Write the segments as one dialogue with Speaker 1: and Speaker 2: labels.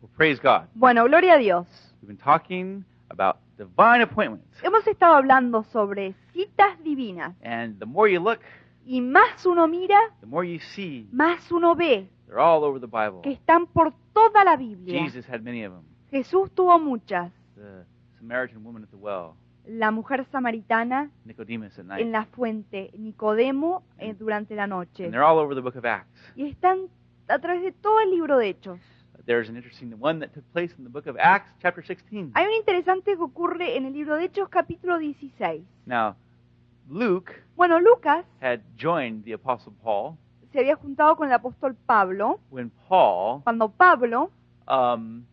Speaker 1: Well, praise God.
Speaker 2: Bueno, gloria a Dios.
Speaker 1: We've been talking about divine appointments.
Speaker 2: Hemos estado hablando sobre citas divinas
Speaker 1: And the more you look,
Speaker 2: y más uno mira,
Speaker 1: the more you see
Speaker 2: más uno ve
Speaker 1: they're all over the Bible.
Speaker 2: que están por toda la Biblia.
Speaker 1: Jesus had many of them.
Speaker 2: Jesús tuvo muchas.
Speaker 1: The Samaritan woman at the well,
Speaker 2: La mujer samaritana
Speaker 1: Nicodemus at night.
Speaker 2: en la fuente, Nicodemo eh, durante la noche.
Speaker 1: Mm. And they're all over the book of Acts.
Speaker 2: Y están a través de todo el libro de Hechos.
Speaker 1: There's an interesting one that took place in the book of Acts, chapter 16.
Speaker 2: Hay un interesante que ocurre en el libro de Hechos capítulo 16.
Speaker 1: Now, Luke
Speaker 2: Bueno, Lucas
Speaker 1: had joined the Apostle Paul
Speaker 2: se había juntado con el apóstol Pablo
Speaker 1: when Paul
Speaker 2: cuando Pablo
Speaker 1: um,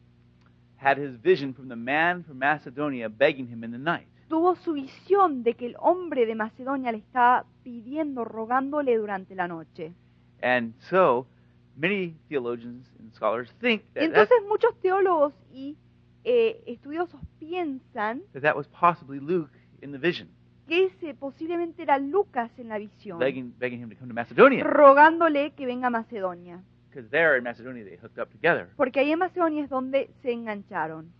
Speaker 1: had his vision from the man from Macedonia begging him in the night.
Speaker 2: tuvo su visión de que el hombre de Macedonia le estaba pidiendo, rogándole durante la noche.
Speaker 1: And so, many theologians and scholars think
Speaker 2: Y
Speaker 1: that that,
Speaker 2: entonces muchos teólogos y eh, estudiosos piensan
Speaker 1: that, that was possibly Luke in the vision,
Speaker 2: que ese posiblemente era Lucas en la visión,
Speaker 1: begging, begging him to come to Macedonia.
Speaker 2: rogándole que venga a Macedonia,
Speaker 1: Because there in Macedonia they hooked up together.
Speaker 2: porque ahí en Macedonia es donde se engancharon.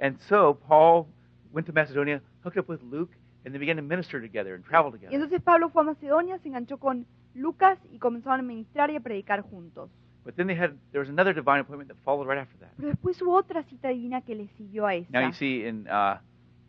Speaker 1: And so, Paul went to Macedonia, hooked up with Luke, and they began to minister together and travel
Speaker 2: Y
Speaker 1: together.
Speaker 2: entonces Pablo fue a Macedonia, se enganchó con Lucas y comenzaron a ministrar y a predicar juntos.
Speaker 1: But then they had there was another divine appointment that followed right after that.
Speaker 2: Pero después hubo otra cita divina que le siguió a
Speaker 1: Now you
Speaker 2: esa.
Speaker 1: see in uh,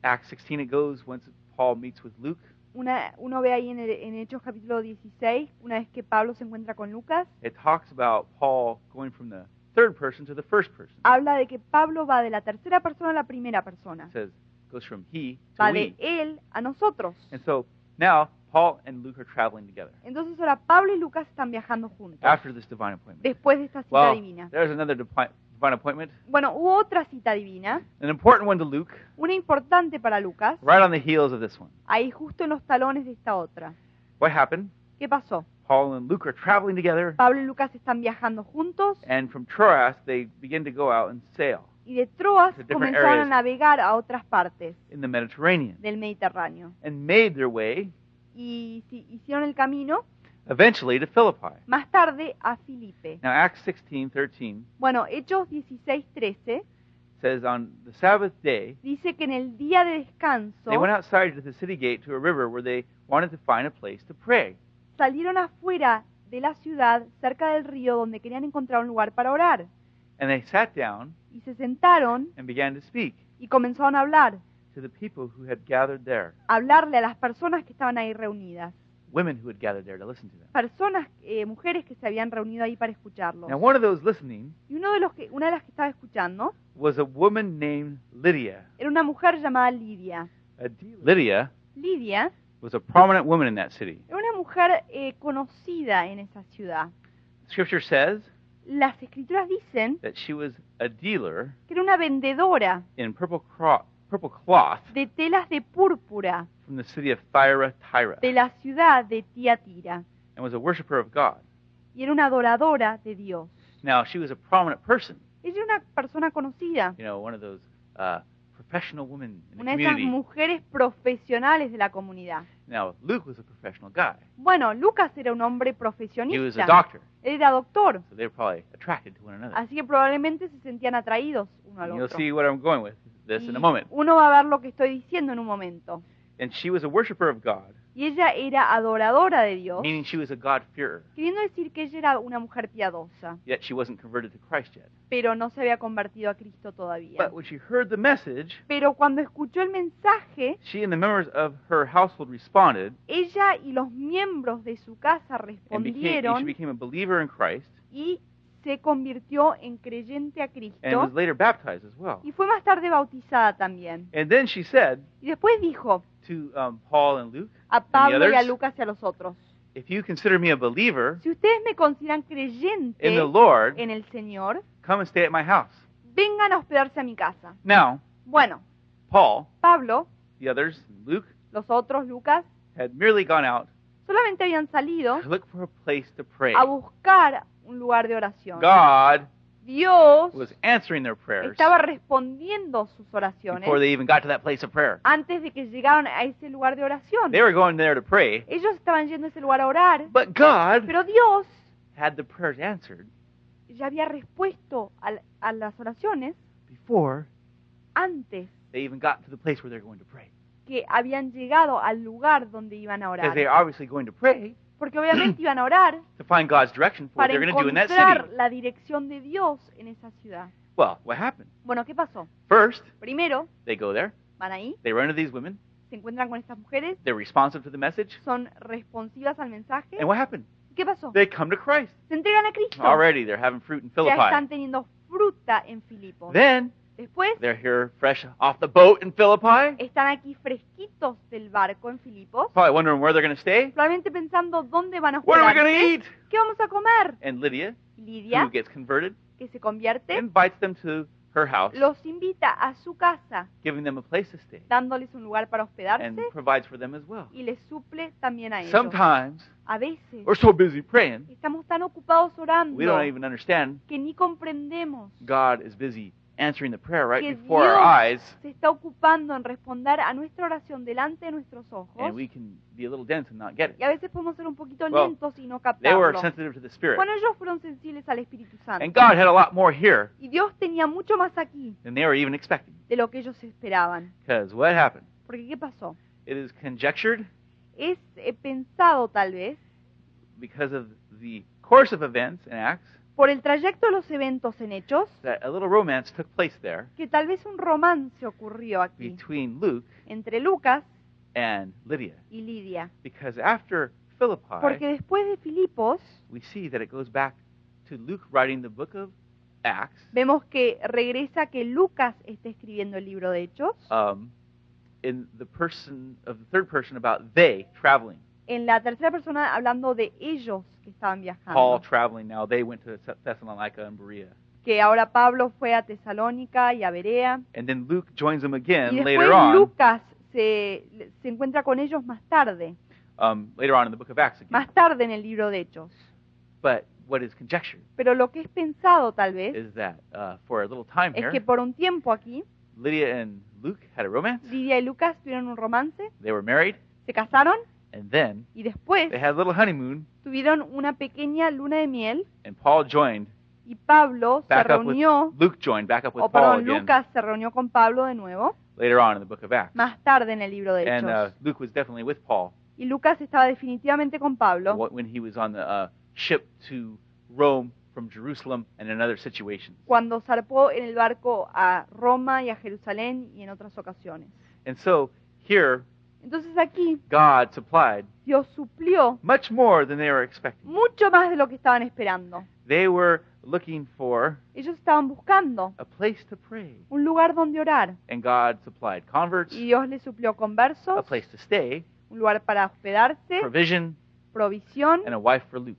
Speaker 1: Acts 16 it goes once Paul meets with Luke,
Speaker 2: Una- uno ve ahí en, el- en Hechos capítulo 16, una vez que Pablo se encuentra con Lucas,
Speaker 1: it talks about Paul going from the third person to the first person.
Speaker 2: habla de que Pablo va de la tercera persona a la primera persona.
Speaker 1: It says goes from he to
Speaker 2: Va de
Speaker 1: we.
Speaker 2: él a nosotros.
Speaker 1: And so now Paul and Luke are traveling together
Speaker 2: Entonces ahora Pablo y Lucas están viajando juntos
Speaker 1: after this divine appointment.
Speaker 2: después de esta cita
Speaker 1: Well,
Speaker 2: divina.
Speaker 1: there's another divi- divine appointment,
Speaker 2: Bueno, hubo otra cita divina,
Speaker 1: an important one to Luke,
Speaker 2: una importante para Lucas,
Speaker 1: right on the heels of this one.
Speaker 2: ahí justo en los talones de esta otra.
Speaker 1: What happened?
Speaker 2: ¿Qué pasó?
Speaker 1: Paul and Luke are traveling together,
Speaker 2: Pablo y Lucas están viajando juntos
Speaker 1: and from Troas they begin to go out and sail
Speaker 2: y de Troas
Speaker 1: The different
Speaker 2: comenzaron a
Speaker 1: areas.
Speaker 2: navegar a otras partes
Speaker 1: in the Mediterranean
Speaker 2: del Mediterráneo
Speaker 1: and made their way
Speaker 2: y si- hicieron el camino
Speaker 1: eventually to Philippi.
Speaker 2: más tarde a Filipe.
Speaker 1: Now Acts 16:13
Speaker 2: Bueno, Hechos 16:13
Speaker 1: says on the Sabbath day
Speaker 2: dice que en el día de descanso
Speaker 1: they went outside to the city gate to a river where they wanted to find a place to pray.
Speaker 2: salieron afuera de la ciudad, cerca del río, donde querían encontrar un lugar para orar.
Speaker 1: And they sat down
Speaker 2: Y se sentaron
Speaker 1: and began to speak
Speaker 2: y comenzaron a hablar,
Speaker 1: to the people who had gathered there,
Speaker 2: a hablarle a las personas que estaban ahí reunidas,
Speaker 1: women who had gathered there to listen to them.
Speaker 2: personas, eh, mujeres que se habían reunido ahí para escucharlos.
Speaker 1: Now one of those listening
Speaker 2: Y uno de los que, una de las que estaba escuchando
Speaker 1: was a woman named Lydia.
Speaker 2: era una mujer llamada Lidia.
Speaker 1: A dealer. Lydia
Speaker 2: Lidia
Speaker 1: was a prominent woman in that city.
Speaker 2: era una mujer eh, conocida en esa ciudad.
Speaker 1: Scripture says
Speaker 2: Las escrituras dicen
Speaker 1: that she was a dealer
Speaker 2: que era una vendedora
Speaker 1: in purple, cro- purple cloth
Speaker 2: de telas de púrpura
Speaker 1: from the city of Thyra, Tyra,
Speaker 2: de la ciudad de Tiatira
Speaker 1: and was a worshiper of God.
Speaker 2: y era una adoradora de Dios.
Speaker 1: Now she was a prominent person.
Speaker 2: Ella era una persona conocida,
Speaker 1: you know, one of those uh, professional women in the
Speaker 2: una de esas
Speaker 1: community.
Speaker 2: mujeres profesionales de la comunidad.
Speaker 1: Now, Luke was a professional guy.
Speaker 2: Bueno, Lucas era un hombre
Speaker 1: He was a
Speaker 2: profesionista,
Speaker 1: doctor,
Speaker 2: él era doctor,
Speaker 1: so they were probably attracted to one another.
Speaker 2: así que probablemente se sentían atraídos uno al
Speaker 1: And you'll
Speaker 2: otro.
Speaker 1: see what I'm going with this
Speaker 2: Y
Speaker 1: in a moment.
Speaker 2: uno va a ver lo que estoy diciendo en un momento.
Speaker 1: And she was a worshiper of God,
Speaker 2: Y ella era adoradora de Dios,
Speaker 1: meaning she was a God-fearer,
Speaker 2: queriendo decir que ella era una mujer piadosa,
Speaker 1: yet she wasn't converted to Christ yet.
Speaker 2: pero no se había convertido a Cristo todavía.
Speaker 1: But when she heard the message,
Speaker 2: Pero cuando escuchó el mensaje,
Speaker 1: she and the members of her household responded,
Speaker 2: ella y los miembros de su casa
Speaker 1: and, became, and she
Speaker 2: respondieron
Speaker 1: became a believer in Christ,
Speaker 2: y se convirtió en creyente a
Speaker 1: and was
Speaker 2: Cristo
Speaker 1: later baptized as well.
Speaker 2: y fue más tarde bautizada también.
Speaker 1: And then she said
Speaker 2: Y después dijo
Speaker 1: to um, Paul and Luke,
Speaker 2: a Pablo y a
Speaker 1: others?
Speaker 2: Lucas y a los otros,
Speaker 1: "If you consider me a believer
Speaker 2: si ustedes me consideran
Speaker 1: in the
Speaker 2: creyente
Speaker 1: Lord,
Speaker 2: Eh, en el Señor,
Speaker 1: come and stay at my house."
Speaker 2: vengan a hospedarse a mi casa.
Speaker 1: Now,
Speaker 2: Bueno,
Speaker 1: Paul,
Speaker 2: Pablo,
Speaker 1: the others, and Luke,
Speaker 2: los otros, Lucas,
Speaker 1: had merely gone out
Speaker 2: solamente habían salido
Speaker 1: to look for a place to pray.
Speaker 2: a buscar un lugar de oración.
Speaker 1: God
Speaker 2: Dios
Speaker 1: was answering their prayers
Speaker 2: estaba respondiendo sus
Speaker 1: before
Speaker 2: oraciones
Speaker 1: they even got to that place of prayer.
Speaker 2: antes de que llegaron a ese lugar de oración.
Speaker 1: They were going there to pray,
Speaker 2: Ellos estaban yendo a ese lugar a orar,
Speaker 1: but God
Speaker 2: pero Dios
Speaker 1: had the prayers answered
Speaker 2: ya había respuesto al- a las oraciones
Speaker 1: before
Speaker 2: antes
Speaker 1: they even got to the place where they're going to pray.
Speaker 2: que habían llegado al lugar donde iban a
Speaker 1: Because they're
Speaker 2: orar.
Speaker 1: obviously going to pray
Speaker 2: Porque obviamente iban a orar
Speaker 1: to find God's direction for what
Speaker 2: para
Speaker 1: they're going to do in that city.
Speaker 2: encontrar la dirección de Dios en esa ciudad.
Speaker 1: Well, what happened?
Speaker 2: Bueno, ¿qué pasó?
Speaker 1: First,
Speaker 2: Primero,
Speaker 1: they go there,
Speaker 2: van ahí,
Speaker 1: they run into these women,
Speaker 2: se encuentran con estas mujeres,
Speaker 1: they're responsive to the message,
Speaker 2: son responsivas al mensaje.
Speaker 1: and what happened?
Speaker 2: ¿Qué pasó?
Speaker 1: They come to Christ.
Speaker 2: Se entregan a Cristo.
Speaker 1: Already, they're having fruit in
Speaker 2: Ya
Speaker 1: Philippi.
Speaker 2: están teniendo fruta en Filipos.
Speaker 1: Then,
Speaker 2: Después,
Speaker 1: they're here fresh off the boat in Philippi,
Speaker 2: están aquí fresquitos del barco en Filipos,
Speaker 1: probably wondering where they're going to stay.
Speaker 2: probablemente pensando dónde van a
Speaker 1: What are we
Speaker 2: jugar. ¿eh?
Speaker 1: going to eat?
Speaker 2: ¿Qué vamos a comer?
Speaker 1: And Lydia, who
Speaker 2: Lidia,
Speaker 1: gets converted,
Speaker 2: que se convierte,
Speaker 1: invites them to her house,
Speaker 2: los invita a su casa,
Speaker 1: giving them a place to stay,
Speaker 2: dándoles un lugar para
Speaker 1: and
Speaker 2: hospedarse
Speaker 1: provides for them as well.
Speaker 2: y les suple también a ellos.
Speaker 1: Sometimes
Speaker 2: A veces
Speaker 1: we're so busy praying,
Speaker 2: estamos tan ocupados orando
Speaker 1: we don't even understand
Speaker 2: que ni comprendemos
Speaker 1: God is busy answering the prayer right
Speaker 2: que
Speaker 1: before our
Speaker 2: Dios
Speaker 1: eyes,
Speaker 2: se está ocupando en responder a nuestra oración delante de nuestros ojos
Speaker 1: and we can be a little dense and not get
Speaker 2: y
Speaker 1: it.
Speaker 2: a veces podemos ser un poquito
Speaker 1: Well,
Speaker 2: lentos y no
Speaker 1: They were
Speaker 2: captarlo.
Speaker 1: sensitive to the Spirit,
Speaker 2: Bueno, ellos fueron sensibles al Espíritu
Speaker 1: and
Speaker 2: Santo.
Speaker 1: God had a lot more here
Speaker 2: Y Dios tenía mucho más aquí
Speaker 1: than they were even expecting.
Speaker 2: de lo que ellos esperaban.
Speaker 1: Because what happened?
Speaker 2: Porque, ¿qué pasó?
Speaker 1: It is conjectured
Speaker 2: Es eh, pensado, tal vez,
Speaker 1: because of the course of events in Acts
Speaker 2: por el trayecto de los eventos en hechos,
Speaker 1: that a little romance took place there
Speaker 2: que tal vez un romance ocurrió aquí
Speaker 1: between Luke
Speaker 2: entre Lucas
Speaker 1: and Lydia.
Speaker 2: y Lidia.
Speaker 1: Because after Philippi,
Speaker 2: Porque después de Filipos,
Speaker 1: we see that it goes back to Luke writing the book of Acts.
Speaker 2: vemos que regresa que Lucas está escribiendo el libro de hechos
Speaker 1: um, in the person of the third person about they traveling.
Speaker 2: en la tercera persona hablando de ellos que estaban
Speaker 1: Paul
Speaker 2: viajando.
Speaker 1: traveling now. They went to Thess- Thessalonica and Berea,
Speaker 2: Que ahora Pablo fue a Tesalónica y a Berea.
Speaker 1: and then Luke joins them
Speaker 2: Y
Speaker 1: again
Speaker 2: después
Speaker 1: later on.
Speaker 2: Lucas se, se encuentra con ellos más tarde,
Speaker 1: Um, later on in the book of Acts again.
Speaker 2: más tarde en el libro de Hechos.
Speaker 1: But what is conjectured
Speaker 2: Pero lo que es pensado tal vez
Speaker 1: is that uh, for a little time
Speaker 2: es
Speaker 1: here,
Speaker 2: que por un tiempo aquí,
Speaker 1: Lydia and Luke had a romance.
Speaker 2: Lidia y Lucas tuvieron un romance,
Speaker 1: They were married,
Speaker 2: se casaron
Speaker 1: and then
Speaker 2: y después
Speaker 1: they had a little honeymoon,
Speaker 2: tuvieron una pequeña luna de miel
Speaker 1: and Paul joined
Speaker 2: y Pablo se
Speaker 1: back up with
Speaker 2: reunió,
Speaker 1: Luke joined back up with
Speaker 2: o
Speaker 1: Paul
Speaker 2: perdón,
Speaker 1: again
Speaker 2: Lucas se reunió con Pablo de nuevo,
Speaker 1: later on in the book of Acts.
Speaker 2: más tarde en el libro de
Speaker 1: And uh,
Speaker 2: Hechos.
Speaker 1: Luke was definitely with Paul
Speaker 2: Y Lucas estaba definitivamente con Pablo
Speaker 1: wh- when he was on the uh, ship to Rome from Jerusalem and in other situations.
Speaker 2: cuando zarpó en el barco a Roma y a Jerusalén y en otras ocasiones.
Speaker 1: And so here,
Speaker 2: Entonces aquí
Speaker 1: God supplied
Speaker 2: Dios suplió
Speaker 1: much more than they were expecting.
Speaker 2: mucho más de lo que estaban esperando.
Speaker 1: They were looking for
Speaker 2: Ellos estaban buscando
Speaker 1: a place to pray,
Speaker 2: un lugar donde orar
Speaker 1: and God supplied converts,
Speaker 2: y Dios les suplió
Speaker 1: a
Speaker 2: conversos,
Speaker 1: place to stay,
Speaker 2: un lugar para hospedarse,
Speaker 1: provision,
Speaker 2: provisión
Speaker 1: and a wife for Luke.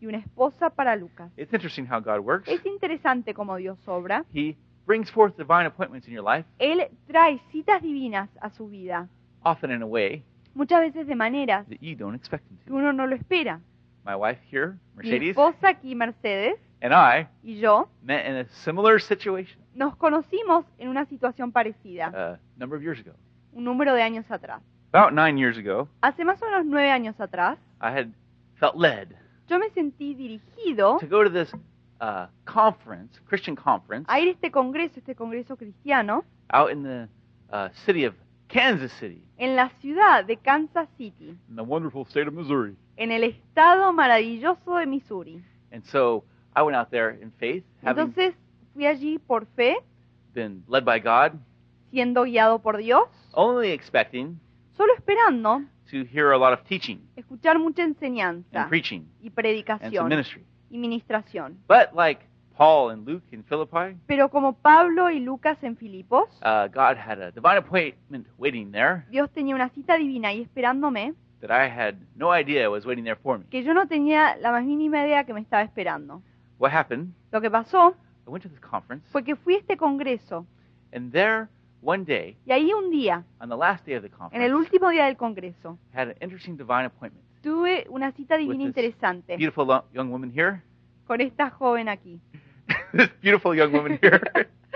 Speaker 2: y una esposa para Lucas.
Speaker 1: It's interesting how God works.
Speaker 2: Es interesante cómo Dios obra.
Speaker 1: He brings forth divine appointments in your life,
Speaker 2: Él trae citas divinas a su vida,
Speaker 1: often in a way
Speaker 2: muchas veces de maneras
Speaker 1: that you don't expect him
Speaker 2: que
Speaker 1: to.
Speaker 2: uno no lo espera.
Speaker 1: My wife here,
Speaker 2: Mi
Speaker 1: Mercedes,
Speaker 2: esposa aquí, Mercedes,
Speaker 1: and I
Speaker 2: y yo
Speaker 1: met in a similar situation
Speaker 2: nos conocimos en una situación parecida,
Speaker 1: uh, a number of years ago.
Speaker 2: un número de años atrás.
Speaker 1: About nine years ago,
Speaker 2: Hace más o menos nueve años atrás,
Speaker 1: I had felt led
Speaker 2: yo me sentí dirigido
Speaker 1: to go to this uh, conference, Christian conference,
Speaker 2: a ir a este congreso, este congreso cristiano,
Speaker 1: out in the uh, city of Kansas City,
Speaker 2: en la ciudad de Kansas City,
Speaker 1: in the wonderful state of Missouri.
Speaker 2: en el estado maravilloso de Missouri.
Speaker 1: And so I went out there in faith, having
Speaker 2: Entonces fui allí por fe,
Speaker 1: been led by God,
Speaker 2: siendo guiado por Dios,
Speaker 1: only expecting
Speaker 2: solo esperando
Speaker 1: to hear a lot of teaching
Speaker 2: escuchar mucha
Speaker 1: and
Speaker 2: enseñanza
Speaker 1: preaching
Speaker 2: y
Speaker 1: and some
Speaker 2: predicación
Speaker 1: ministry.
Speaker 2: y ministración.
Speaker 1: But like Paul and Luke in Philippi,
Speaker 2: Pero como Pablo y Lucas en Filipos,
Speaker 1: uh, God had a divine appointment waiting there
Speaker 2: Dios tenía una cita divina y esperándome
Speaker 1: that I had no idea was waiting there for me.
Speaker 2: que yo no tenía la más mínima idea que me estaba esperando.
Speaker 1: What happened?
Speaker 2: Lo que pasó
Speaker 1: I went to this conference,
Speaker 2: fue que fui a este congreso
Speaker 1: and there one day,
Speaker 2: y ahí un día,
Speaker 1: on the last day of the
Speaker 2: en el
Speaker 1: conference,
Speaker 2: último día del congreso,
Speaker 1: had an interesting divine appointment.
Speaker 2: tuve una cita divina
Speaker 1: With this
Speaker 2: interesante
Speaker 1: Beautiful lo- young woman here.
Speaker 2: con esta joven aquí,
Speaker 1: this beautiful young woman here,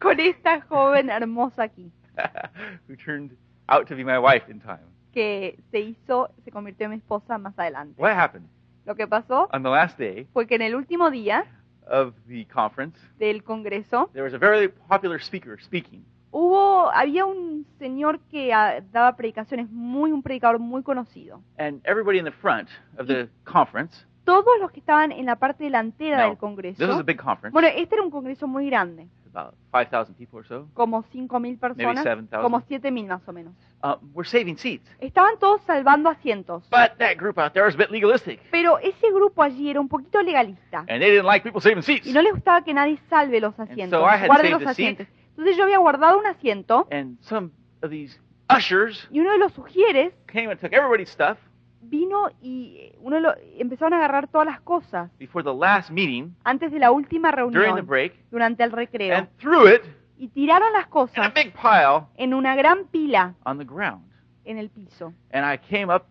Speaker 2: con esta joven hermosa aquí,
Speaker 1: who turned out to be my wife in time.
Speaker 2: que se hizo, se convirtió en mi esposa más adelante.
Speaker 1: What happened?
Speaker 2: Lo que pasó
Speaker 1: On the last day,
Speaker 2: fue que en el último día,
Speaker 1: of the conference,
Speaker 2: del Congreso,
Speaker 1: there was a very popular speaker speaking.
Speaker 2: hubo, había un señor que ah, daba predicaciones, muy, un predicador muy conocido.
Speaker 1: And everybody in the front of the conference,
Speaker 2: Todos los que estaban en la parte delantera
Speaker 1: No,
Speaker 2: del Congreso,
Speaker 1: this was a big conference,
Speaker 2: bueno, este era un Congreso muy grande,
Speaker 1: about 5,000 people or so,
Speaker 2: como 5.000 personas,
Speaker 1: Maybe 7,000.
Speaker 2: como 7.000 más o menos.
Speaker 1: uh, were saving seats.
Speaker 2: Estaban todos salvando asientos,
Speaker 1: But that group out there was a bit legalistic,
Speaker 2: pero ese grupo allí era un poquito legalista.
Speaker 1: and they didn't like people saving seats.
Speaker 2: y no le gustaba que nadie salve los asientos,
Speaker 1: so I had
Speaker 2: guarde
Speaker 1: saved
Speaker 2: los
Speaker 1: a seat.
Speaker 2: asientos. Entonces yo había guardado un asiento
Speaker 1: And some of these ushers
Speaker 2: y uno de los sugieres
Speaker 1: came and took everybody's stuff
Speaker 2: vino y eh, uno de los- empezaron a agarrar todas las cosas
Speaker 1: before the last meeting
Speaker 2: antes de la última
Speaker 1: during the
Speaker 2: reunión,
Speaker 1: break
Speaker 2: durante el recreo,
Speaker 1: and threw it
Speaker 2: y tiraron las
Speaker 1: in a
Speaker 2: cosas
Speaker 1: big pile
Speaker 2: en una gran pila
Speaker 1: on the ground.
Speaker 2: en el piso.
Speaker 1: And I came up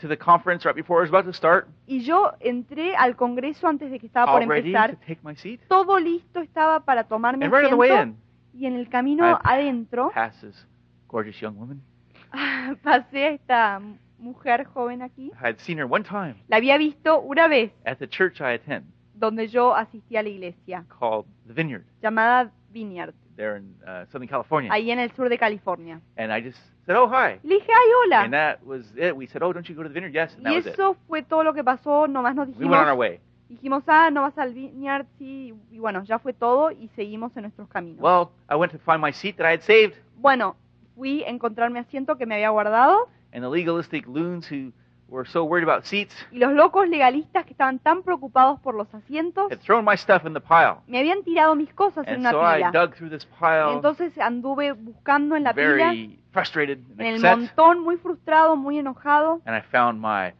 Speaker 1: to the conference right before it was about to start,
Speaker 2: Y yo entré al Congreso antes de que estaba por
Speaker 1: all ready
Speaker 2: empezar,
Speaker 1: to take my seat.
Speaker 2: todo listo estaba para tomar mi
Speaker 1: And right on the way
Speaker 2: asiento,
Speaker 1: in,
Speaker 2: y en el camino
Speaker 1: I-
Speaker 2: adentro
Speaker 1: past this gorgeous young woman.
Speaker 2: pasé a esta mujer joven aquí.
Speaker 1: I had seen her one time
Speaker 2: La había visto una vez
Speaker 1: at the church I attend
Speaker 2: donde yo asistí a la iglesia,
Speaker 1: called the Vineyard
Speaker 2: llamada Vineyard,
Speaker 1: there in uh, Southern California.
Speaker 2: ahí en el sur de California.
Speaker 1: And I just said, oh, hi.
Speaker 2: Y Le dije, ay,
Speaker 1: And
Speaker 2: hola.
Speaker 1: that was it. We said, oh, don't you go to the Vineyard? Yes, and that
Speaker 2: Y
Speaker 1: was it.
Speaker 2: eso fue todo lo que pasó, nomás nos
Speaker 1: We went on our
Speaker 2: dijimos,
Speaker 1: way.
Speaker 2: dijimos, ah, no vas al Vineyard, sí, y bueno, ya fue todo y seguimos en nuestros caminos.
Speaker 1: Well, I went to find my seat that I had saved,
Speaker 2: Bueno, fui a encontrar mi asiento que me había guardado
Speaker 1: and the legalistic loons who were so worried about seats
Speaker 2: y los locos legalistas que estaban tan preocupados por los asientos
Speaker 1: had thrown my stuff in the pile.
Speaker 2: me habían tirado mis cosas en
Speaker 1: And
Speaker 2: una
Speaker 1: so I
Speaker 2: pila.
Speaker 1: dug through this
Speaker 2: Y
Speaker 1: pile,
Speaker 2: entonces anduve buscando en la pila,
Speaker 1: very frustrated and
Speaker 2: en el
Speaker 1: upset,
Speaker 2: montón, muy frustrado, muy enojado,
Speaker 1: and I found my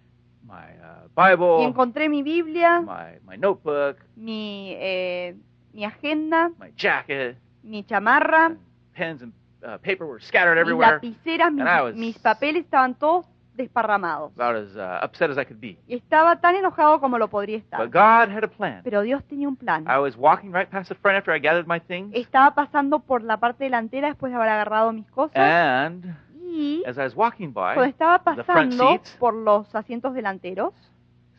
Speaker 1: my uh,
Speaker 2: y
Speaker 1: Bible,
Speaker 2: encontré mi Biblia,
Speaker 1: my my notebook,
Speaker 2: mi, eh, mi agenda,
Speaker 1: my jacket,
Speaker 2: mi chamarra,
Speaker 1: pens and uh, paper were scattered
Speaker 2: mis
Speaker 1: everywhere.
Speaker 2: lapiceras, mis,
Speaker 1: And I was-
Speaker 2: mis papeles estaban todos desparramados.
Speaker 1: About as uh, upset as I could be.
Speaker 2: Y estaba tan enojado como lo podría
Speaker 1: But
Speaker 2: estar.
Speaker 1: God had a plan.
Speaker 2: Pero Dios tenía un plan.
Speaker 1: I was walking right past the front after I gathered my things,
Speaker 2: Estaba pasando por la parte delantera después de haber agarrado mis cosas
Speaker 1: and
Speaker 2: y
Speaker 1: as I was walking
Speaker 2: cuando
Speaker 1: by,
Speaker 2: estaba
Speaker 1: the front
Speaker 2: pasando
Speaker 1: seats.
Speaker 2: por los asientos delanteros,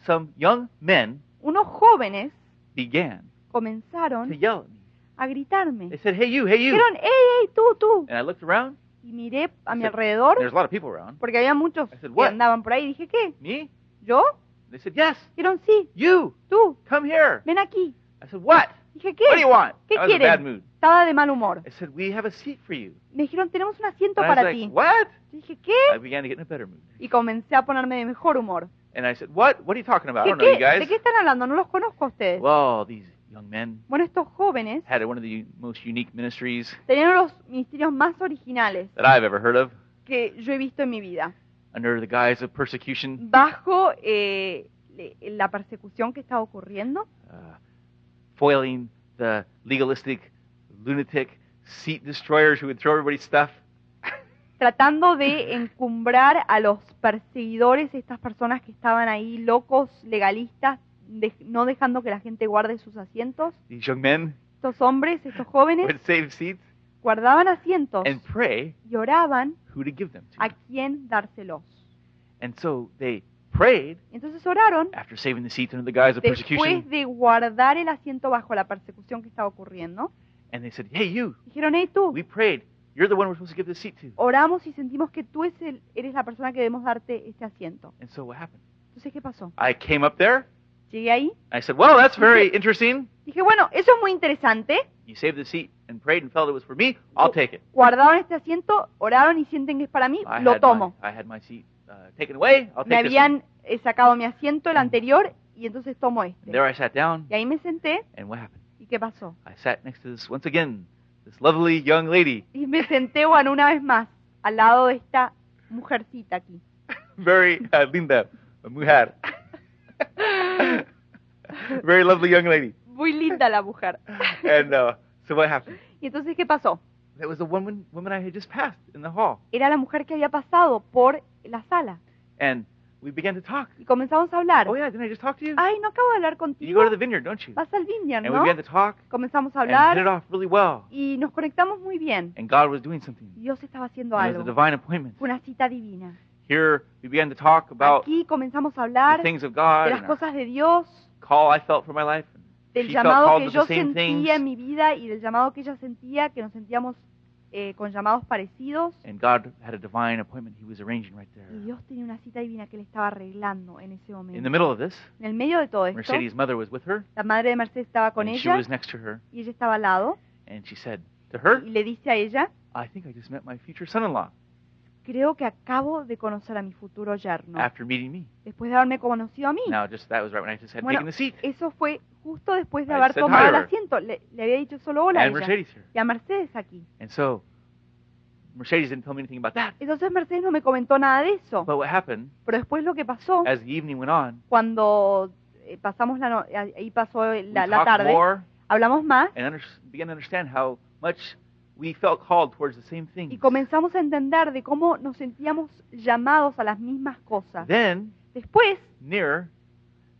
Speaker 1: some young men
Speaker 2: unos jóvenes
Speaker 1: began to
Speaker 2: comenzaron
Speaker 1: yell at me.
Speaker 2: a
Speaker 1: They
Speaker 2: gritarme.
Speaker 1: said, "Hey, you! Hey, you!"
Speaker 2: Dijeron, ¡Ey, ey, tú, tú!
Speaker 1: And I looked around.
Speaker 2: Y miré a mi
Speaker 1: Said-
Speaker 2: alrededor
Speaker 1: There's a lot of people around.
Speaker 2: porque había muchos
Speaker 1: I said,
Speaker 2: que
Speaker 1: "What?"
Speaker 2: andaban por ahí. Dije, ¿qué?
Speaker 1: Me?
Speaker 2: ¿Yo?
Speaker 1: They said, "Yes,
Speaker 2: Dijeron, sí,
Speaker 1: you.
Speaker 2: tú,
Speaker 1: Come here."
Speaker 2: ven aquí.
Speaker 1: I said, "What?
Speaker 2: Dije,
Speaker 1: What do you
Speaker 2: ¿qué?
Speaker 1: want?"
Speaker 2: ¿Qué
Speaker 1: I was in a bad
Speaker 2: quieren?
Speaker 1: mood.
Speaker 2: Estaba de mal humor.
Speaker 1: I said, "We have a seat for you."
Speaker 2: Me dijeron, tenemos un asiento
Speaker 1: And I was
Speaker 2: para
Speaker 1: like,
Speaker 2: ti.
Speaker 1: "What?"
Speaker 2: Yo Dije, ¿qué?
Speaker 1: I began to get in a better mood.
Speaker 2: Y comencé a ponerme de mejor humor.
Speaker 1: And I said, "What? What are you talking about? I
Speaker 2: ¿Qué,
Speaker 1: don't know you
Speaker 2: qué- ¿De
Speaker 1: guys."
Speaker 2: qué están hablando? No los conozco a ustedes.
Speaker 1: Well, these young men
Speaker 2: Bueno, estos jóvenes
Speaker 1: had one of the most unique ministries
Speaker 2: tenían uno de los ministerios más originales
Speaker 1: that I've ever heard of.
Speaker 2: que yo he visto en mi vida.
Speaker 1: Under the guise of persecution,
Speaker 2: Bajo eh, le- la persecución que estaba ocurriendo,
Speaker 1: uh, foiling the legalistic, lunatic seat destroyers who would throw everybody's stuff.
Speaker 2: tratando de encumbrar a los perseguidores, estas personas que estaban ahí locos, legalistas, de- no dejando que la gente guarde sus asientos.
Speaker 1: These young men
Speaker 2: Estos hombres, estos jóvenes,
Speaker 1: would save seats
Speaker 2: guardaban asientos
Speaker 1: and pray
Speaker 2: y oraban
Speaker 1: who to give them to.
Speaker 2: a quién dárselos.
Speaker 1: And so they prayed
Speaker 2: Entonces oraron
Speaker 1: after saving the seats under Ah, the guise of
Speaker 2: después
Speaker 1: persecution,
Speaker 2: de guardar el asiento bajo la persecución que estaba ocurriendo.
Speaker 1: and they said, "Hey, you!
Speaker 2: Dijeron, hey tú,
Speaker 1: We prayed. You're the one we're supposed to give this seat to."
Speaker 2: oramos y sentimos que tú es el- eres la persona que debemos darte este asiento.
Speaker 1: And so what happened?
Speaker 2: Entonces, ¿qué pasó?
Speaker 1: I came up there.
Speaker 2: Llegué ahí,
Speaker 1: I said, "Well, that's very interesting.
Speaker 2: dije, bueno, eso es muy interesante.
Speaker 1: You saved the seat and prayed and felt it was for me. I'll take it."
Speaker 2: Guardaron este asiento, oraron y sienten que es para mí,
Speaker 1: I
Speaker 2: lo
Speaker 1: had my,
Speaker 2: tomo.
Speaker 1: I had my seat uh, taken away. I'll
Speaker 2: Me
Speaker 1: take this one.
Speaker 2: habían eh, sacado mi asiento, el anterior, y entonces tomo
Speaker 1: And
Speaker 2: este.
Speaker 1: there I Eh. sat down.
Speaker 2: Y ahí me senté,
Speaker 1: And what happened?
Speaker 2: ¿y qué pasó?
Speaker 1: I sat next to this once again, this lovely young lady,
Speaker 2: Y me senté, bueno, una vez más, al lado de esta mujercita aquí.
Speaker 1: very uh, linda, mujer, very lovely young lady.
Speaker 2: Muy linda la mujer.
Speaker 1: And uh, so what happened?
Speaker 2: Y entonces, ¿qué pasó?
Speaker 1: It was the woman woman I had just passed in the hall,
Speaker 2: Era la mujer que había pasado por la sala.
Speaker 1: and we began to talk.
Speaker 2: Y comenzamos a hablar.
Speaker 1: Oh yeah, didn't I just talk to you?
Speaker 2: Ay, no acabo de hablar
Speaker 1: You go
Speaker 2: contigo.
Speaker 1: to the vineyard, don't you?
Speaker 2: Vas al vineyard,
Speaker 1: And we
Speaker 2: ¿no?
Speaker 1: began to talk
Speaker 2: Comenzamos a
Speaker 1: and hit it
Speaker 2: hablar
Speaker 1: off really well.
Speaker 2: y nos conectamos muy bien.
Speaker 1: And God was doing something.
Speaker 2: Dios estaba haciendo
Speaker 1: And it was a
Speaker 2: algo.
Speaker 1: divine appointment.
Speaker 2: Fue Una cita divina.
Speaker 1: Here we began to talk about
Speaker 2: Aquí comenzamos a
Speaker 1: the
Speaker 2: hablar de
Speaker 1: things of God
Speaker 2: las
Speaker 1: and our
Speaker 2: cosas de Dios,
Speaker 1: call I felt for my life, and
Speaker 2: del
Speaker 1: She felt
Speaker 2: llamado
Speaker 1: called
Speaker 2: que
Speaker 1: to
Speaker 2: yo
Speaker 1: the same
Speaker 2: sentía
Speaker 1: things.
Speaker 2: en mi vida y del llamado que ella sentía, que nos sentíamos eh, con llamados parecidos.
Speaker 1: And God had a divine appointment he was arranging right
Speaker 2: Y
Speaker 1: there.
Speaker 2: Dios tenía una cita divina que le estaba arreglando en ese
Speaker 1: In the
Speaker 2: momento.
Speaker 1: middle of this,
Speaker 2: En el medio de todo esto,
Speaker 1: Mercedes' mother was with her,
Speaker 2: la madre de Mercedes estaba con
Speaker 1: and she
Speaker 2: ella
Speaker 1: was next to her,
Speaker 2: y ella estaba al lado
Speaker 1: and she said to her,
Speaker 2: y le dice a ella,
Speaker 1: I think I just met my future son-in-law
Speaker 2: creo que acabo de conocer a mi futuro yerno,
Speaker 1: after meeting me.
Speaker 2: después de haberme conocido a mí.
Speaker 1: Now, just that was right when I just had
Speaker 2: Bueno,
Speaker 1: taken the seat.
Speaker 2: Eso fue justo después de
Speaker 1: I
Speaker 2: haber
Speaker 1: said
Speaker 2: tomado
Speaker 1: hi
Speaker 2: el
Speaker 1: to her.
Speaker 2: asiento. Le, le había dicho solo hola a
Speaker 1: And
Speaker 2: ella.
Speaker 1: Mercedes here.
Speaker 2: Y a Mercedes aquí.
Speaker 1: And so, Mercedes didn't tell me anything about that.
Speaker 2: Entonces Mercedes no me comentó nada de eso.
Speaker 1: But what happened,
Speaker 2: Pero después lo que pasó,
Speaker 1: as the evening went on,
Speaker 2: cuando eh, pasamos la no- ahí pasó
Speaker 1: we
Speaker 2: la, la
Speaker 1: talked
Speaker 2: tarde,
Speaker 1: more
Speaker 2: hablamos más
Speaker 1: and under- began to understand how much we felt called towards the same
Speaker 2: y
Speaker 1: thing.
Speaker 2: comenzamos a entender de cómo nos sentíamos llamados a las mismas cosas.
Speaker 1: Then,
Speaker 2: Después,
Speaker 1: near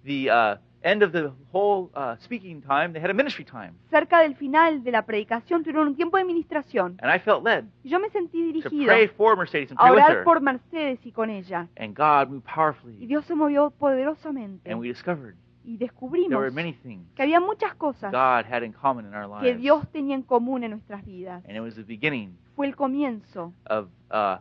Speaker 1: the uh, end of the whole uh, speaking time, they had a ministry time.
Speaker 2: cerca del final de la predicación, tuvieron un tiempo de administración.
Speaker 1: And I felt led
Speaker 2: Y Yo me sentí
Speaker 1: to
Speaker 2: dirigido
Speaker 1: pray for Mercedes and
Speaker 2: a
Speaker 1: pray with
Speaker 2: orar
Speaker 1: her.
Speaker 2: por Mercedes y con ella.
Speaker 1: And God moved
Speaker 2: Y
Speaker 1: powerfully.
Speaker 2: Dios se movió poderosamente.
Speaker 1: And we discovered
Speaker 2: Y
Speaker 1: there
Speaker 2: descubrimos
Speaker 1: were many things
Speaker 2: que había muchas cosas
Speaker 1: God had in common in our
Speaker 2: que
Speaker 1: lives.
Speaker 2: Dios tenía en común en nuestras vidas.
Speaker 1: And it was the beginning
Speaker 2: Fue el comienzo
Speaker 1: of uh,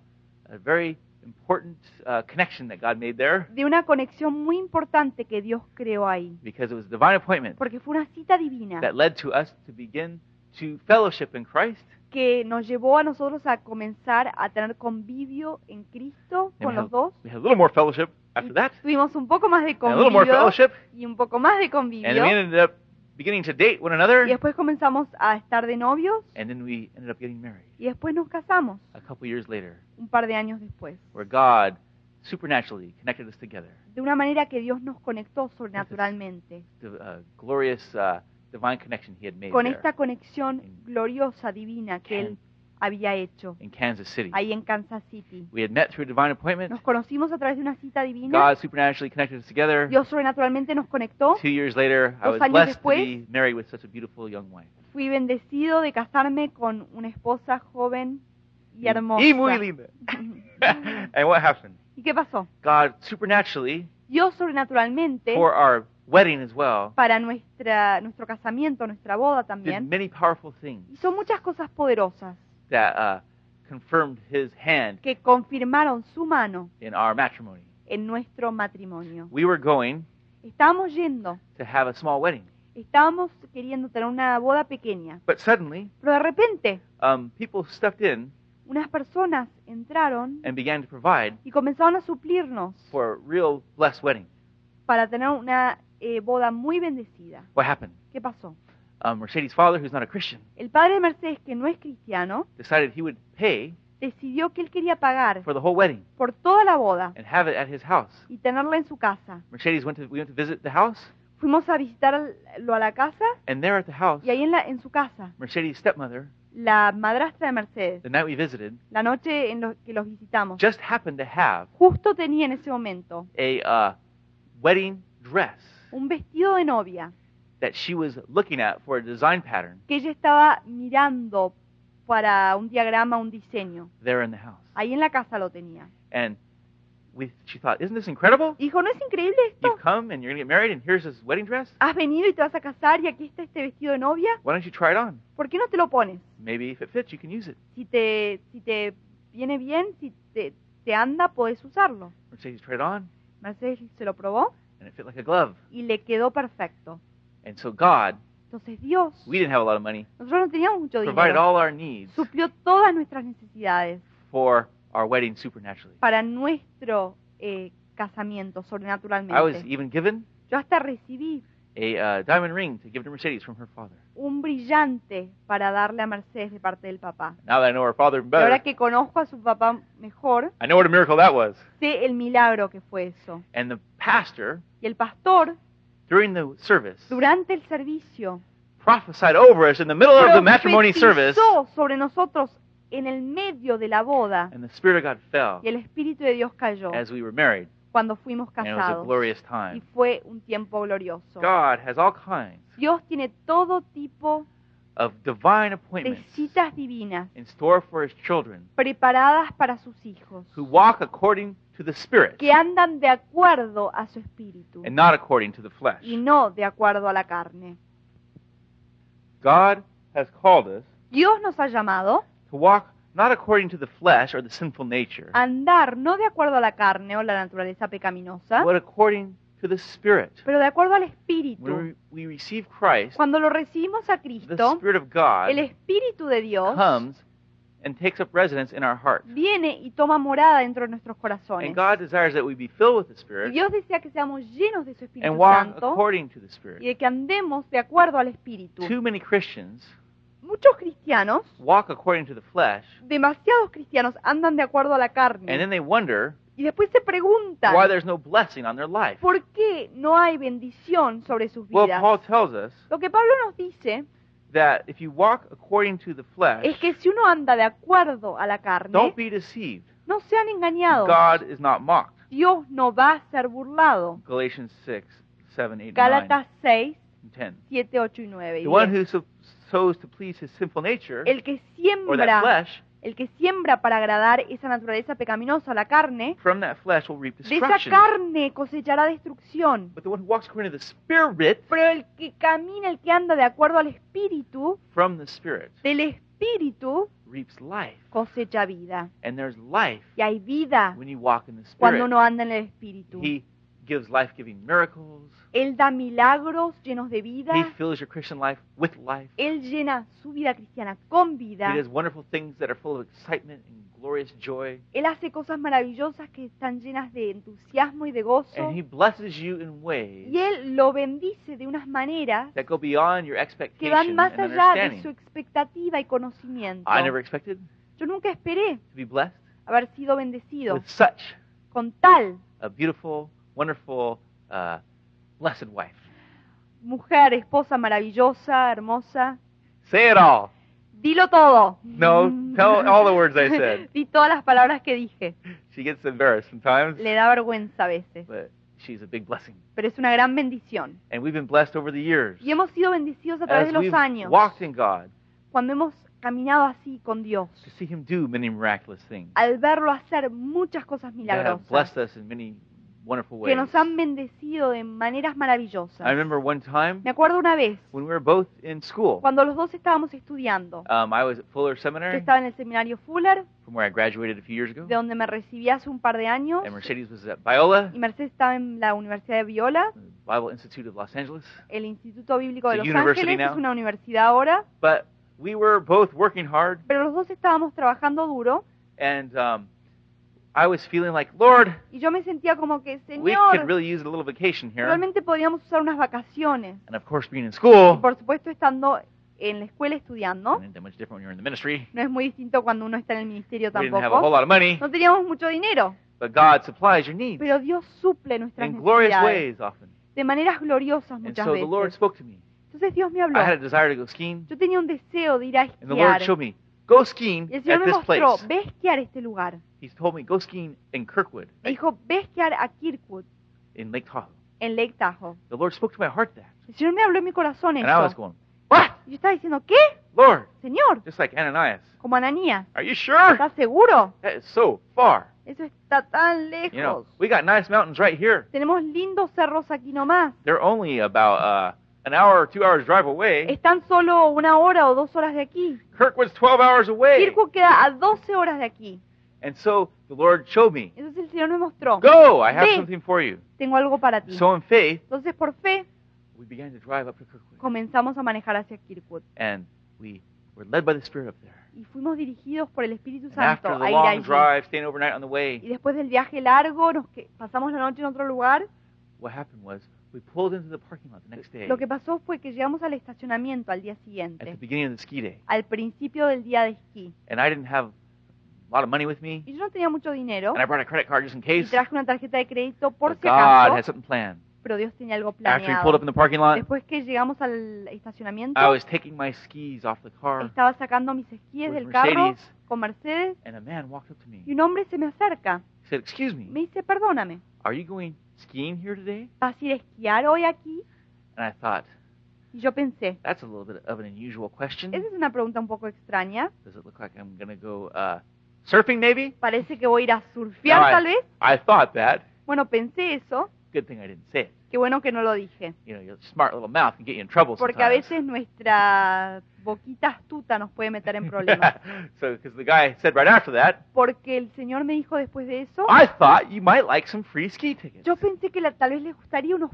Speaker 1: a very important uh, connection that God made there
Speaker 2: de una conexión muy importante que Dios creó ahí.
Speaker 1: because it was a divine appointment
Speaker 2: Porque fue una cita divina
Speaker 1: that led to us to begin to fellowship in Christ.
Speaker 2: que nos llevó a nosotros a comenzar a tener convivio en Cristo
Speaker 1: And
Speaker 2: con
Speaker 1: we had,
Speaker 2: los dos.
Speaker 1: we had a little more fellowship
Speaker 2: Y
Speaker 1: after that,
Speaker 2: tuvimos un poco más de
Speaker 1: and a little more
Speaker 2: convivio
Speaker 1: fellowship,
Speaker 2: y un poco más de
Speaker 1: and then we
Speaker 2: convivio.
Speaker 1: ended up beginning to date one
Speaker 2: Y
Speaker 1: another,
Speaker 2: después comenzamos a estar de novios
Speaker 1: and then we ended up getting married
Speaker 2: y después nos casamos
Speaker 1: a couple years later,
Speaker 2: un par de años después.
Speaker 1: where God supernaturally connected us together.
Speaker 2: De una manera que Dios nos conectó sobrenaturalmente.
Speaker 1: The uh, glorious uh, divine connection He had made
Speaker 2: con
Speaker 1: there
Speaker 2: esta conexión gloriosa, divina que él había hecho
Speaker 1: in Kansas City.
Speaker 2: ahí en Kansas City.
Speaker 1: We had met through a divine appointment.
Speaker 2: Nos conocimos a través de una cita divina.
Speaker 1: God supernaturally connected us together.
Speaker 2: Dios sobrenaturalmente nos conectó.
Speaker 1: Two years later, I
Speaker 2: Dos
Speaker 1: was
Speaker 2: años
Speaker 1: blessed to
Speaker 2: después.
Speaker 1: be married with such a beautiful young wife.
Speaker 2: Fui bendecido de casarme con una esposa joven y hermosa.
Speaker 1: Y muy linda. and what happened?
Speaker 2: ¿Y qué pasó?
Speaker 1: God supernaturally,
Speaker 2: Dios sobrenaturalmente,
Speaker 1: for our wedding as well,
Speaker 2: para nuestra, nuestro casamiento, nuestra boda
Speaker 1: did
Speaker 2: también,
Speaker 1: many powerful things
Speaker 2: hizo muchas cosas poderosas
Speaker 1: that uh, confirmed His hand
Speaker 2: que confirmaron su mano
Speaker 1: in our matrimony.
Speaker 2: en nuestro matrimonio.
Speaker 1: We were going
Speaker 2: Estábamos yendo,
Speaker 1: to have a small wedding,
Speaker 2: estábamos queriendo tener una boda pequeña.
Speaker 1: but suddenly,
Speaker 2: Pero de repente,
Speaker 1: um, people stepped in
Speaker 2: unas personas entraron
Speaker 1: and began to provide
Speaker 2: y comenzaron a suplirnos
Speaker 1: for a real blessed wedding.
Speaker 2: para tener una eh, boda muy bendecida.
Speaker 1: What happened?
Speaker 2: ¿Qué pasó?
Speaker 1: Um, Mercedes' father, who's not a Christian,
Speaker 2: El padre de Mercedes, que no es cristiano,
Speaker 1: decided he would pay
Speaker 2: decidió que él quería pagar
Speaker 1: for the whole wedding
Speaker 2: por toda la boda
Speaker 1: and have it at his house.
Speaker 2: y tenerla en su casa.
Speaker 1: Mercedes went to we went to visit the house,
Speaker 2: Fuimos a visitarlo a la casa
Speaker 1: and there at the house,
Speaker 2: y ahí en, la, en su casa,
Speaker 1: Mercedes' stepmother,
Speaker 2: la madrastra de Mercedes,
Speaker 1: the night we visited,
Speaker 2: la noche en lo que los visitamos,
Speaker 1: just happened to have
Speaker 2: justo tenía en ese momento
Speaker 1: a uh, wedding dress
Speaker 2: un vestido de novia
Speaker 1: that she was looking at for a design pattern
Speaker 2: que ella estaba mirando para un diagrama, un diseño.
Speaker 1: there in the house.
Speaker 2: Ahí en la casa lo tenía.
Speaker 1: And we, she thought, isn't this incredible?
Speaker 2: Dijo, ¿no es increíble esto?
Speaker 1: You've come and you're going to get married, and here's this wedding dress.
Speaker 2: Has venido y te vas a casar y aquí está este vestido de novia.
Speaker 1: Why don't you try it on?
Speaker 2: ¿Por qué no te lo pones?
Speaker 1: Maybe if it fits, you can use it.
Speaker 2: Si te, si te viene bien, si te, te anda, podés usarlo.
Speaker 1: Mercedes tried it on,
Speaker 2: Mercedes se lo probó
Speaker 1: and it fit like a glove.
Speaker 2: y le quedó perfecto.
Speaker 1: And so God,
Speaker 2: Entonces Dios,
Speaker 1: we didn't have a lot of money,
Speaker 2: nosotros no teníamos mucho
Speaker 1: provided
Speaker 2: dinero,
Speaker 1: all our needs
Speaker 2: suplió todas nuestras necesidades
Speaker 1: for our wedding supernaturally.
Speaker 2: para nuestro eh, casamiento
Speaker 1: I was
Speaker 2: sobrenaturalmente.
Speaker 1: even given
Speaker 2: Yo hasta recibí
Speaker 1: a uh, diamond ring to give to Mercedes from her father.
Speaker 2: un brillante para darle a Mercedes de parte del papá.
Speaker 1: Now that I know her father
Speaker 2: Y ahora
Speaker 1: better,
Speaker 2: que conozco a su papá mejor,
Speaker 1: I know what a miracle that was.
Speaker 2: sé el milagro que fue eso.
Speaker 1: And the pastor,
Speaker 2: Y el pastor,
Speaker 1: during the service,
Speaker 2: durante el servicio,
Speaker 1: prophesied over us in the middle of the matrimony service,
Speaker 2: profetizó sobre nosotros en el medio de la boda.
Speaker 1: and the Spirit of God fell
Speaker 2: Y el Espíritu de Dios cayó
Speaker 1: as we were married,
Speaker 2: cuando fuimos
Speaker 1: and it was a
Speaker 2: casados.
Speaker 1: glorious
Speaker 2: Y
Speaker 1: time.
Speaker 2: fue un tiempo glorioso.
Speaker 1: God has all kinds
Speaker 2: Dios tiene todo tipo
Speaker 1: of divine
Speaker 2: de
Speaker 1: appointments
Speaker 2: citas divinas
Speaker 1: in store for His children
Speaker 2: preparadas para sus hijos,
Speaker 1: who walk according to the Spirit
Speaker 2: que andan de acuerdo a su espíritu
Speaker 1: and not according to the flesh.
Speaker 2: y no de acuerdo a la carne.
Speaker 1: God has called us
Speaker 2: Dios nos ha llamado
Speaker 1: to walk not according to the flesh or the sinful nature,
Speaker 2: a andar no de acuerdo a la carne o la naturaleza pecaminosa,
Speaker 1: but according to the Spirit.
Speaker 2: pero de acuerdo al
Speaker 1: When
Speaker 2: Espíritu.
Speaker 1: we- we receive Christ,
Speaker 2: Cuando lo recibimos a
Speaker 1: the
Speaker 2: Cristo,
Speaker 1: Spirit of God
Speaker 2: el Espíritu de Dios
Speaker 1: comes and takes up residence in our hearts.
Speaker 2: viene y toma morada dentro de nuestros
Speaker 1: And
Speaker 2: corazones.
Speaker 1: God desires that we be filled with the
Speaker 2: Y
Speaker 1: Spirit
Speaker 2: Dios desea que seamos llenos de su
Speaker 1: and
Speaker 2: Espíritu
Speaker 1: walk
Speaker 2: Santo
Speaker 1: according to the
Speaker 2: y
Speaker 1: Spirit.
Speaker 2: de que andemos de acuerdo al Espíritu.
Speaker 1: Too many Christians
Speaker 2: Muchos cristianos,
Speaker 1: walk according to the flesh,
Speaker 2: demasiados cristianos, andan de acuerdo a la
Speaker 1: and
Speaker 2: carne
Speaker 1: then they wonder
Speaker 2: y después se preguntan
Speaker 1: why there's no blessing on their life.
Speaker 2: por qué no hay bendición sobre sus
Speaker 1: Well,
Speaker 2: vidas.
Speaker 1: Paul tells us
Speaker 2: Lo que Pablo nos dice
Speaker 1: that if you walk according to the flesh,
Speaker 2: es que si uno anda de acuerdo a la carne,
Speaker 1: don't be deceived.
Speaker 2: no sean engañados.
Speaker 1: God is not mocked.
Speaker 2: Dios no va a ser burlado.
Speaker 1: Galatians 6, 7, 8, 9,
Speaker 2: Gálatas 6,
Speaker 1: and 10.
Speaker 2: 7, 8 y 9. y
Speaker 1: The one
Speaker 2: 10.
Speaker 1: who so- sows to please his sinful nature
Speaker 2: El que
Speaker 1: or that
Speaker 2: siembra,
Speaker 1: flesh,
Speaker 2: el que siembra para agradar esa naturaleza pecaminosa, la carne,
Speaker 1: from that flesh will reap
Speaker 2: de esa
Speaker 1: destruction.
Speaker 2: carne cosechará destrucción.
Speaker 1: But the one who walks according to the Spirit,
Speaker 2: Pero el que camina, el que anda de acuerdo al espíritu,
Speaker 1: from the Spirit,
Speaker 2: del espíritu
Speaker 1: reaps life.
Speaker 2: cosecha vida.
Speaker 1: And there's life
Speaker 2: Y hay vida
Speaker 1: when you walk in the
Speaker 2: Ah. cuando
Speaker 1: Spirit.
Speaker 2: uno anda en el espíritu.
Speaker 1: He gives life giving miracles.
Speaker 2: Él da milagros llenos de
Speaker 1: He
Speaker 2: vida.
Speaker 1: fills your Christian life with life.
Speaker 2: Él llena su vida cristiana con vida.
Speaker 1: He does wonderful things that are full of excitement and glorious joy.
Speaker 2: Él hace cosas maravillosas que están llenas de entusiasmo y de gozo.
Speaker 1: And He blesses you in ways
Speaker 2: Y Él lo bendice de unas maneras
Speaker 1: that go beyond your
Speaker 2: que
Speaker 1: expectations
Speaker 2: van
Speaker 1: and
Speaker 2: más allá de su
Speaker 1: understanding.
Speaker 2: expectativa y conocimiento.
Speaker 1: I never expected
Speaker 2: Yo nunca esperé
Speaker 1: to be blessed
Speaker 2: haber sido bendecido
Speaker 1: with such
Speaker 2: con tal
Speaker 1: a beautiful, wonderful, uh, blessed wife.
Speaker 2: mujer, esposa maravillosa, hermosa.
Speaker 1: Say it all.
Speaker 2: Dilo todo.
Speaker 1: No, tell all the words I said.
Speaker 2: Di todas las palabras que dije.
Speaker 1: She gets embarrassed sometimes,
Speaker 2: Le da vergüenza a veces,
Speaker 1: but she's a big blessing.
Speaker 2: pero es una gran bendición.
Speaker 1: And we've been blessed over the years.
Speaker 2: Y hemos sido bendecidos a través
Speaker 1: As
Speaker 2: de
Speaker 1: we've
Speaker 2: los años,
Speaker 1: walked in God
Speaker 2: cuando hemos caminado así con Dios,
Speaker 1: to see Him do many miraculous things
Speaker 2: al verlo hacer muchas cosas
Speaker 1: that have
Speaker 2: milagrosas,
Speaker 1: blessed us in many wonderful
Speaker 2: que
Speaker 1: ways.
Speaker 2: nos han bendecido de maneras maravillosas.
Speaker 1: I remember one time
Speaker 2: Me acuerdo una vez,
Speaker 1: when we were both in school.
Speaker 2: cuando los dos estábamos estudiando,
Speaker 1: Um, I was at Fuller
Speaker 2: yo
Speaker 1: Seminary,
Speaker 2: estaba en el seminario Fuller,
Speaker 1: from where I graduated a few years ago,
Speaker 2: de donde me recibí hace un par de años,
Speaker 1: and Mercedes was at Biola,
Speaker 2: y Mercedes estaba en la Universidad de Viola,
Speaker 1: Bible Institute of Los Angeles.
Speaker 2: el Instituto Bíblico de
Speaker 1: It's a
Speaker 2: Los
Speaker 1: university
Speaker 2: Ángeles, que
Speaker 1: now.
Speaker 2: es una universidad ahora,
Speaker 1: But we were both working hard,
Speaker 2: pero los dos estábamos trabajando duro
Speaker 1: and um, I was feeling like, Lord,
Speaker 2: y yo me sentía como que,
Speaker 1: we
Speaker 2: Señor,
Speaker 1: could really use a little vacation here.
Speaker 2: realmente podíamos usar unas vacaciones.
Speaker 1: And of course, being in
Speaker 2: Y
Speaker 1: school,
Speaker 2: por supuesto estando en la escuela estudiando,
Speaker 1: it ain't that much different when you're in the ministry.
Speaker 2: no es muy distinto cuando uno está en el ministerio
Speaker 1: We didn't have a whole
Speaker 2: tampoco.
Speaker 1: lot of money,
Speaker 2: No teníamos mucho dinero,
Speaker 1: but God supplies your needs
Speaker 2: pero Dios suple nuestras
Speaker 1: in glorious
Speaker 2: necesidades
Speaker 1: ways often.
Speaker 2: de maneras gloriosas
Speaker 1: And
Speaker 2: muchas
Speaker 1: so the Lord
Speaker 2: veces.
Speaker 1: spoke to me.
Speaker 2: Entonces Dios me habló.
Speaker 1: I had a desire to go skiing,
Speaker 2: Yo tenía un deseo de ir a
Speaker 1: and the Lord
Speaker 2: esquiar.
Speaker 1: showed me, go skiing
Speaker 2: Y el
Speaker 1: at
Speaker 2: Señor me
Speaker 1: this
Speaker 2: mostró,
Speaker 1: place.
Speaker 2: ve a esquiar este lugar.
Speaker 1: He told me, go skiing in Kirkwood,
Speaker 2: Me dijo, ve a esquiar a Kirkwood,
Speaker 1: in Lake Tahoe.
Speaker 2: en Lake Tahoe.
Speaker 1: The Lord spoke to my heart that.
Speaker 2: El Señor me habló en mi corazón
Speaker 1: And I was
Speaker 2: eso.
Speaker 1: going, What?
Speaker 2: Y yo estaba diciendo, ¿qué?
Speaker 1: Lord,
Speaker 2: Señor,
Speaker 1: just like Ananias.
Speaker 2: como Ananías,
Speaker 1: Are you sure?
Speaker 2: ¿estás seguro?
Speaker 1: That is so far.
Speaker 2: Eso está tan
Speaker 1: You know,
Speaker 2: lejos.
Speaker 1: we got nice mountains right here.
Speaker 2: Tenemos lindos cerros aquí nomás.
Speaker 1: They're only about uh, an hour or two hours drive away.
Speaker 2: Están solo una hora o dos horas de aquí.
Speaker 1: Kirkwood's 12 hours away.
Speaker 2: Kirkwood queda a 12 horas de aquí.
Speaker 1: And so the Lord showed me,
Speaker 2: Entonces el Señor me mostró,
Speaker 1: Go, I have
Speaker 2: Ve.
Speaker 1: something for you.
Speaker 2: tengo algo para ti.
Speaker 1: So in faith,
Speaker 2: Entonces por fe
Speaker 1: we began to drive up to Kirkwood.
Speaker 2: comenzamos a manejar hacia Kirkwood
Speaker 1: And we were led by the Spirit up there.
Speaker 2: y fuimos dirigidos por el Espíritu
Speaker 1: And
Speaker 2: Santo
Speaker 1: after the
Speaker 2: a ir allí.
Speaker 1: long drive, staying overnight on the way,
Speaker 2: Y después del viaje largo, nos que- pasamos la noche en otro lugar.
Speaker 1: what happened was we pulled into the parking lot the next day
Speaker 2: Lo que pasó fue que llegamos al estacionamiento al día
Speaker 1: at the
Speaker 2: siguiente,
Speaker 1: beginning of the ski day.
Speaker 2: al principio del día de esquí.
Speaker 1: and I didn't have a lot of money with me,
Speaker 2: Y yo no tenía mucho dinero
Speaker 1: and I brought a credit card just in
Speaker 2: y
Speaker 1: case.
Speaker 2: traje una tarjeta de crédito por
Speaker 1: But
Speaker 2: si
Speaker 1: God had
Speaker 2: acaso,
Speaker 1: something planned.
Speaker 2: pero Dios tenía algo
Speaker 1: After we pulled up
Speaker 2: planeado.
Speaker 1: in the parking lot,
Speaker 2: Después que llegamos al estacionamiento,
Speaker 1: I was taking my skis off the car
Speaker 2: Estaba sacando mis esquíes
Speaker 1: with
Speaker 2: del carro
Speaker 1: Mercedes,
Speaker 2: con Mercedes
Speaker 1: and a man walked up to me.
Speaker 2: y
Speaker 1: He
Speaker 2: un hombre se me acerca.
Speaker 1: said, "Excuse me,
Speaker 2: Me dice, perdóname,
Speaker 1: are you going skiing here today?"
Speaker 2: ¿vas a ir a esquiar hoy aquí?
Speaker 1: And I thought
Speaker 2: Y yo pensé,
Speaker 1: that's a little bit of an unusual question.
Speaker 2: esa es una pregunta un poco extraña.
Speaker 1: Does it look like I'm gonna go uh, surfing? Maybe.
Speaker 2: Parece que voy a ir a surfear
Speaker 1: No, I-
Speaker 2: tal vez.
Speaker 1: I thought that.
Speaker 2: Bueno, pensé eso.
Speaker 1: Good thing I didn't say it.
Speaker 2: Qué bueno que no lo dije.
Speaker 1: You know, your smart little mouth can get you in trouble
Speaker 2: Porque a
Speaker 1: sometimes.
Speaker 2: veces nuestra boquita astuta nos puede meter en problemas.
Speaker 1: so, because the guy said right after that,
Speaker 2: Porque el señor me dijo después de eso,
Speaker 1: I thought you might like some free ski tickets.
Speaker 2: yo pensé que la- tal vez les gustaría unos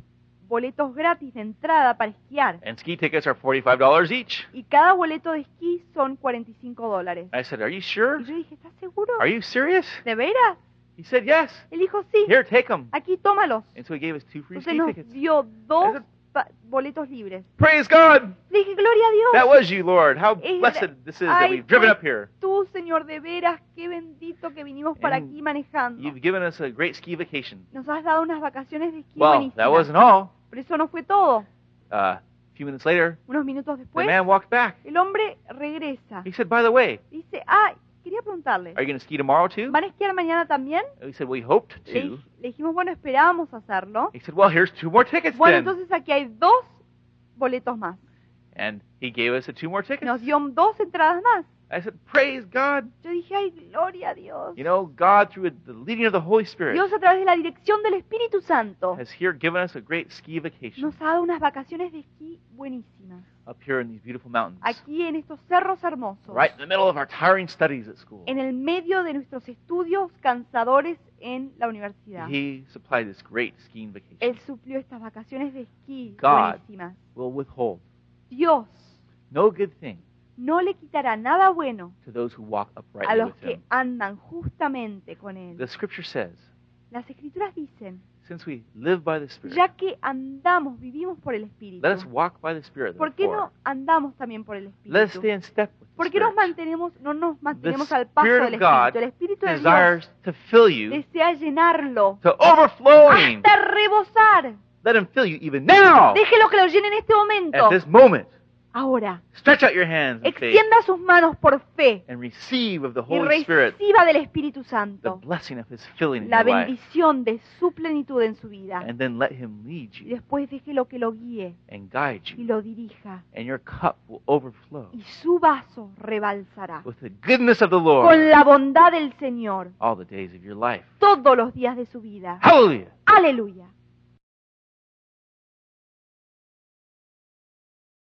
Speaker 2: boletos gratis de entrada para esquiar.
Speaker 1: And ski tickets are $45 each.
Speaker 2: Y cada boleto de esquí son 45 dólares.
Speaker 1: I said, Are you sure?
Speaker 2: Y yo dije, ¿estás seguro?
Speaker 1: Are you serious?
Speaker 2: ¿De veras?
Speaker 1: He said, Yes.
Speaker 2: Él dijo, sí,
Speaker 1: Here, take them.
Speaker 2: aquí tómalos.
Speaker 1: And so he gave us two free
Speaker 2: Entonces
Speaker 1: ski
Speaker 2: nos
Speaker 1: tickets.
Speaker 2: dio dos
Speaker 1: Eso-
Speaker 2: pa- boletos libres.
Speaker 1: Praise God!
Speaker 2: Le dije, gloria a
Speaker 1: That
Speaker 2: Dios.
Speaker 1: was you, Lord. How
Speaker 2: Eh,
Speaker 1: blessed this is
Speaker 2: ay,
Speaker 1: that we've driven
Speaker 2: fue-
Speaker 1: up here.
Speaker 2: Tú, Señor, de veras, qué bendito que vinimos para
Speaker 1: And
Speaker 2: aquí manejando.
Speaker 1: You've given us a great ski vacation.
Speaker 2: Nos has dado unas vacaciones de esquí
Speaker 1: Well, that
Speaker 2: buenísimas.
Speaker 1: wasn't all.
Speaker 2: Pero eso no fue todo.
Speaker 1: Uh, a few minutes later,
Speaker 2: Unos minutos
Speaker 1: the
Speaker 2: después,
Speaker 1: man walked back.
Speaker 2: el hombre regresa.
Speaker 1: He said, By the way,
Speaker 2: Dice, ah, quería preguntarle,
Speaker 1: are you going to ski tomorrow too?
Speaker 2: ¿van a esquiar mañana también?
Speaker 1: We said, We hoped to.
Speaker 2: Le, dij- le dijimos, bueno, esperábamos hacerlo.
Speaker 1: He said, Well, here's two more tickets
Speaker 2: Bueno,
Speaker 1: then.
Speaker 2: entonces aquí hay dos boletos más.
Speaker 1: And he gave us the two more tickets.
Speaker 2: Nos dio dos entradas más.
Speaker 1: I said, Praise God.
Speaker 2: Yo dije, ay, gloria a Dios.
Speaker 1: You know, God, through the leading of the Holy Spirit,
Speaker 2: Dios a través de la dirección del Espíritu Santo
Speaker 1: has here given us a great ski vacation
Speaker 2: nos ha dado unas vacaciones de esquí buenísimas.
Speaker 1: up here in these beautiful mountains.
Speaker 2: Aquí en estos cerros hermosos.
Speaker 1: Right in the middle of our tiring studies at school.
Speaker 2: En el medio de nuestros estudios cansadores en la universidad.
Speaker 1: He supplied this great skiing vacation.
Speaker 2: Él suplió estas vacaciones de esquí
Speaker 1: God.
Speaker 2: buenísimas.
Speaker 1: Will withhold
Speaker 2: Dios
Speaker 1: no good thing
Speaker 2: no le quitará nada bueno
Speaker 1: to those who walk
Speaker 2: a
Speaker 1: uprightly
Speaker 2: los
Speaker 1: with
Speaker 2: que
Speaker 1: him.
Speaker 2: andan justamente con
Speaker 1: The
Speaker 2: Él.
Speaker 1: scripture says,
Speaker 2: Las escrituras dicen,
Speaker 1: since we live by the Spirit,
Speaker 2: ya que andamos, vivimos por el Espíritu,
Speaker 1: let us walk by the Spirit.
Speaker 2: ¿por qué
Speaker 1: Therefore,
Speaker 2: no andamos también por el
Speaker 1: let us
Speaker 2: Espíritu?
Speaker 1: stay in step with the
Speaker 2: ¿Por qué nos
Speaker 1: Spirit.
Speaker 2: mantenemos, no nos mantenemos
Speaker 1: The
Speaker 2: al paso
Speaker 1: Spirit
Speaker 2: del
Speaker 1: of God
Speaker 2: Espíritu? El Espíritu de Dios
Speaker 1: Desires to fill you
Speaker 2: desea llenarlo
Speaker 1: to overflowing.
Speaker 2: hasta rebosar.
Speaker 1: Let him fill you even now.
Speaker 2: Déjelo que lo llene en este momento.
Speaker 1: At this moment,
Speaker 2: Ahora,
Speaker 1: stretch out your hands in faith
Speaker 2: extienda sus manos por fe
Speaker 1: and receive of the
Speaker 2: y
Speaker 1: Holy Spirit
Speaker 2: reciba del Espíritu
Speaker 1: the
Speaker 2: Santo
Speaker 1: blessing of His filling in
Speaker 2: la
Speaker 1: your life.
Speaker 2: bendición de su plenitud en su vida.
Speaker 1: And then let Him lead
Speaker 2: Y
Speaker 1: you
Speaker 2: después déjelo que lo guíe
Speaker 1: and guide
Speaker 2: y
Speaker 1: you,
Speaker 2: lo dirija.
Speaker 1: and your cup will overflow
Speaker 2: Y su vaso rebalsará
Speaker 1: with the goodness of the
Speaker 2: con
Speaker 1: Lord
Speaker 2: la bondad del Señor
Speaker 1: all the days of your life.
Speaker 2: todos los días de su vida.
Speaker 1: Hallelujah.
Speaker 2: Aleluya.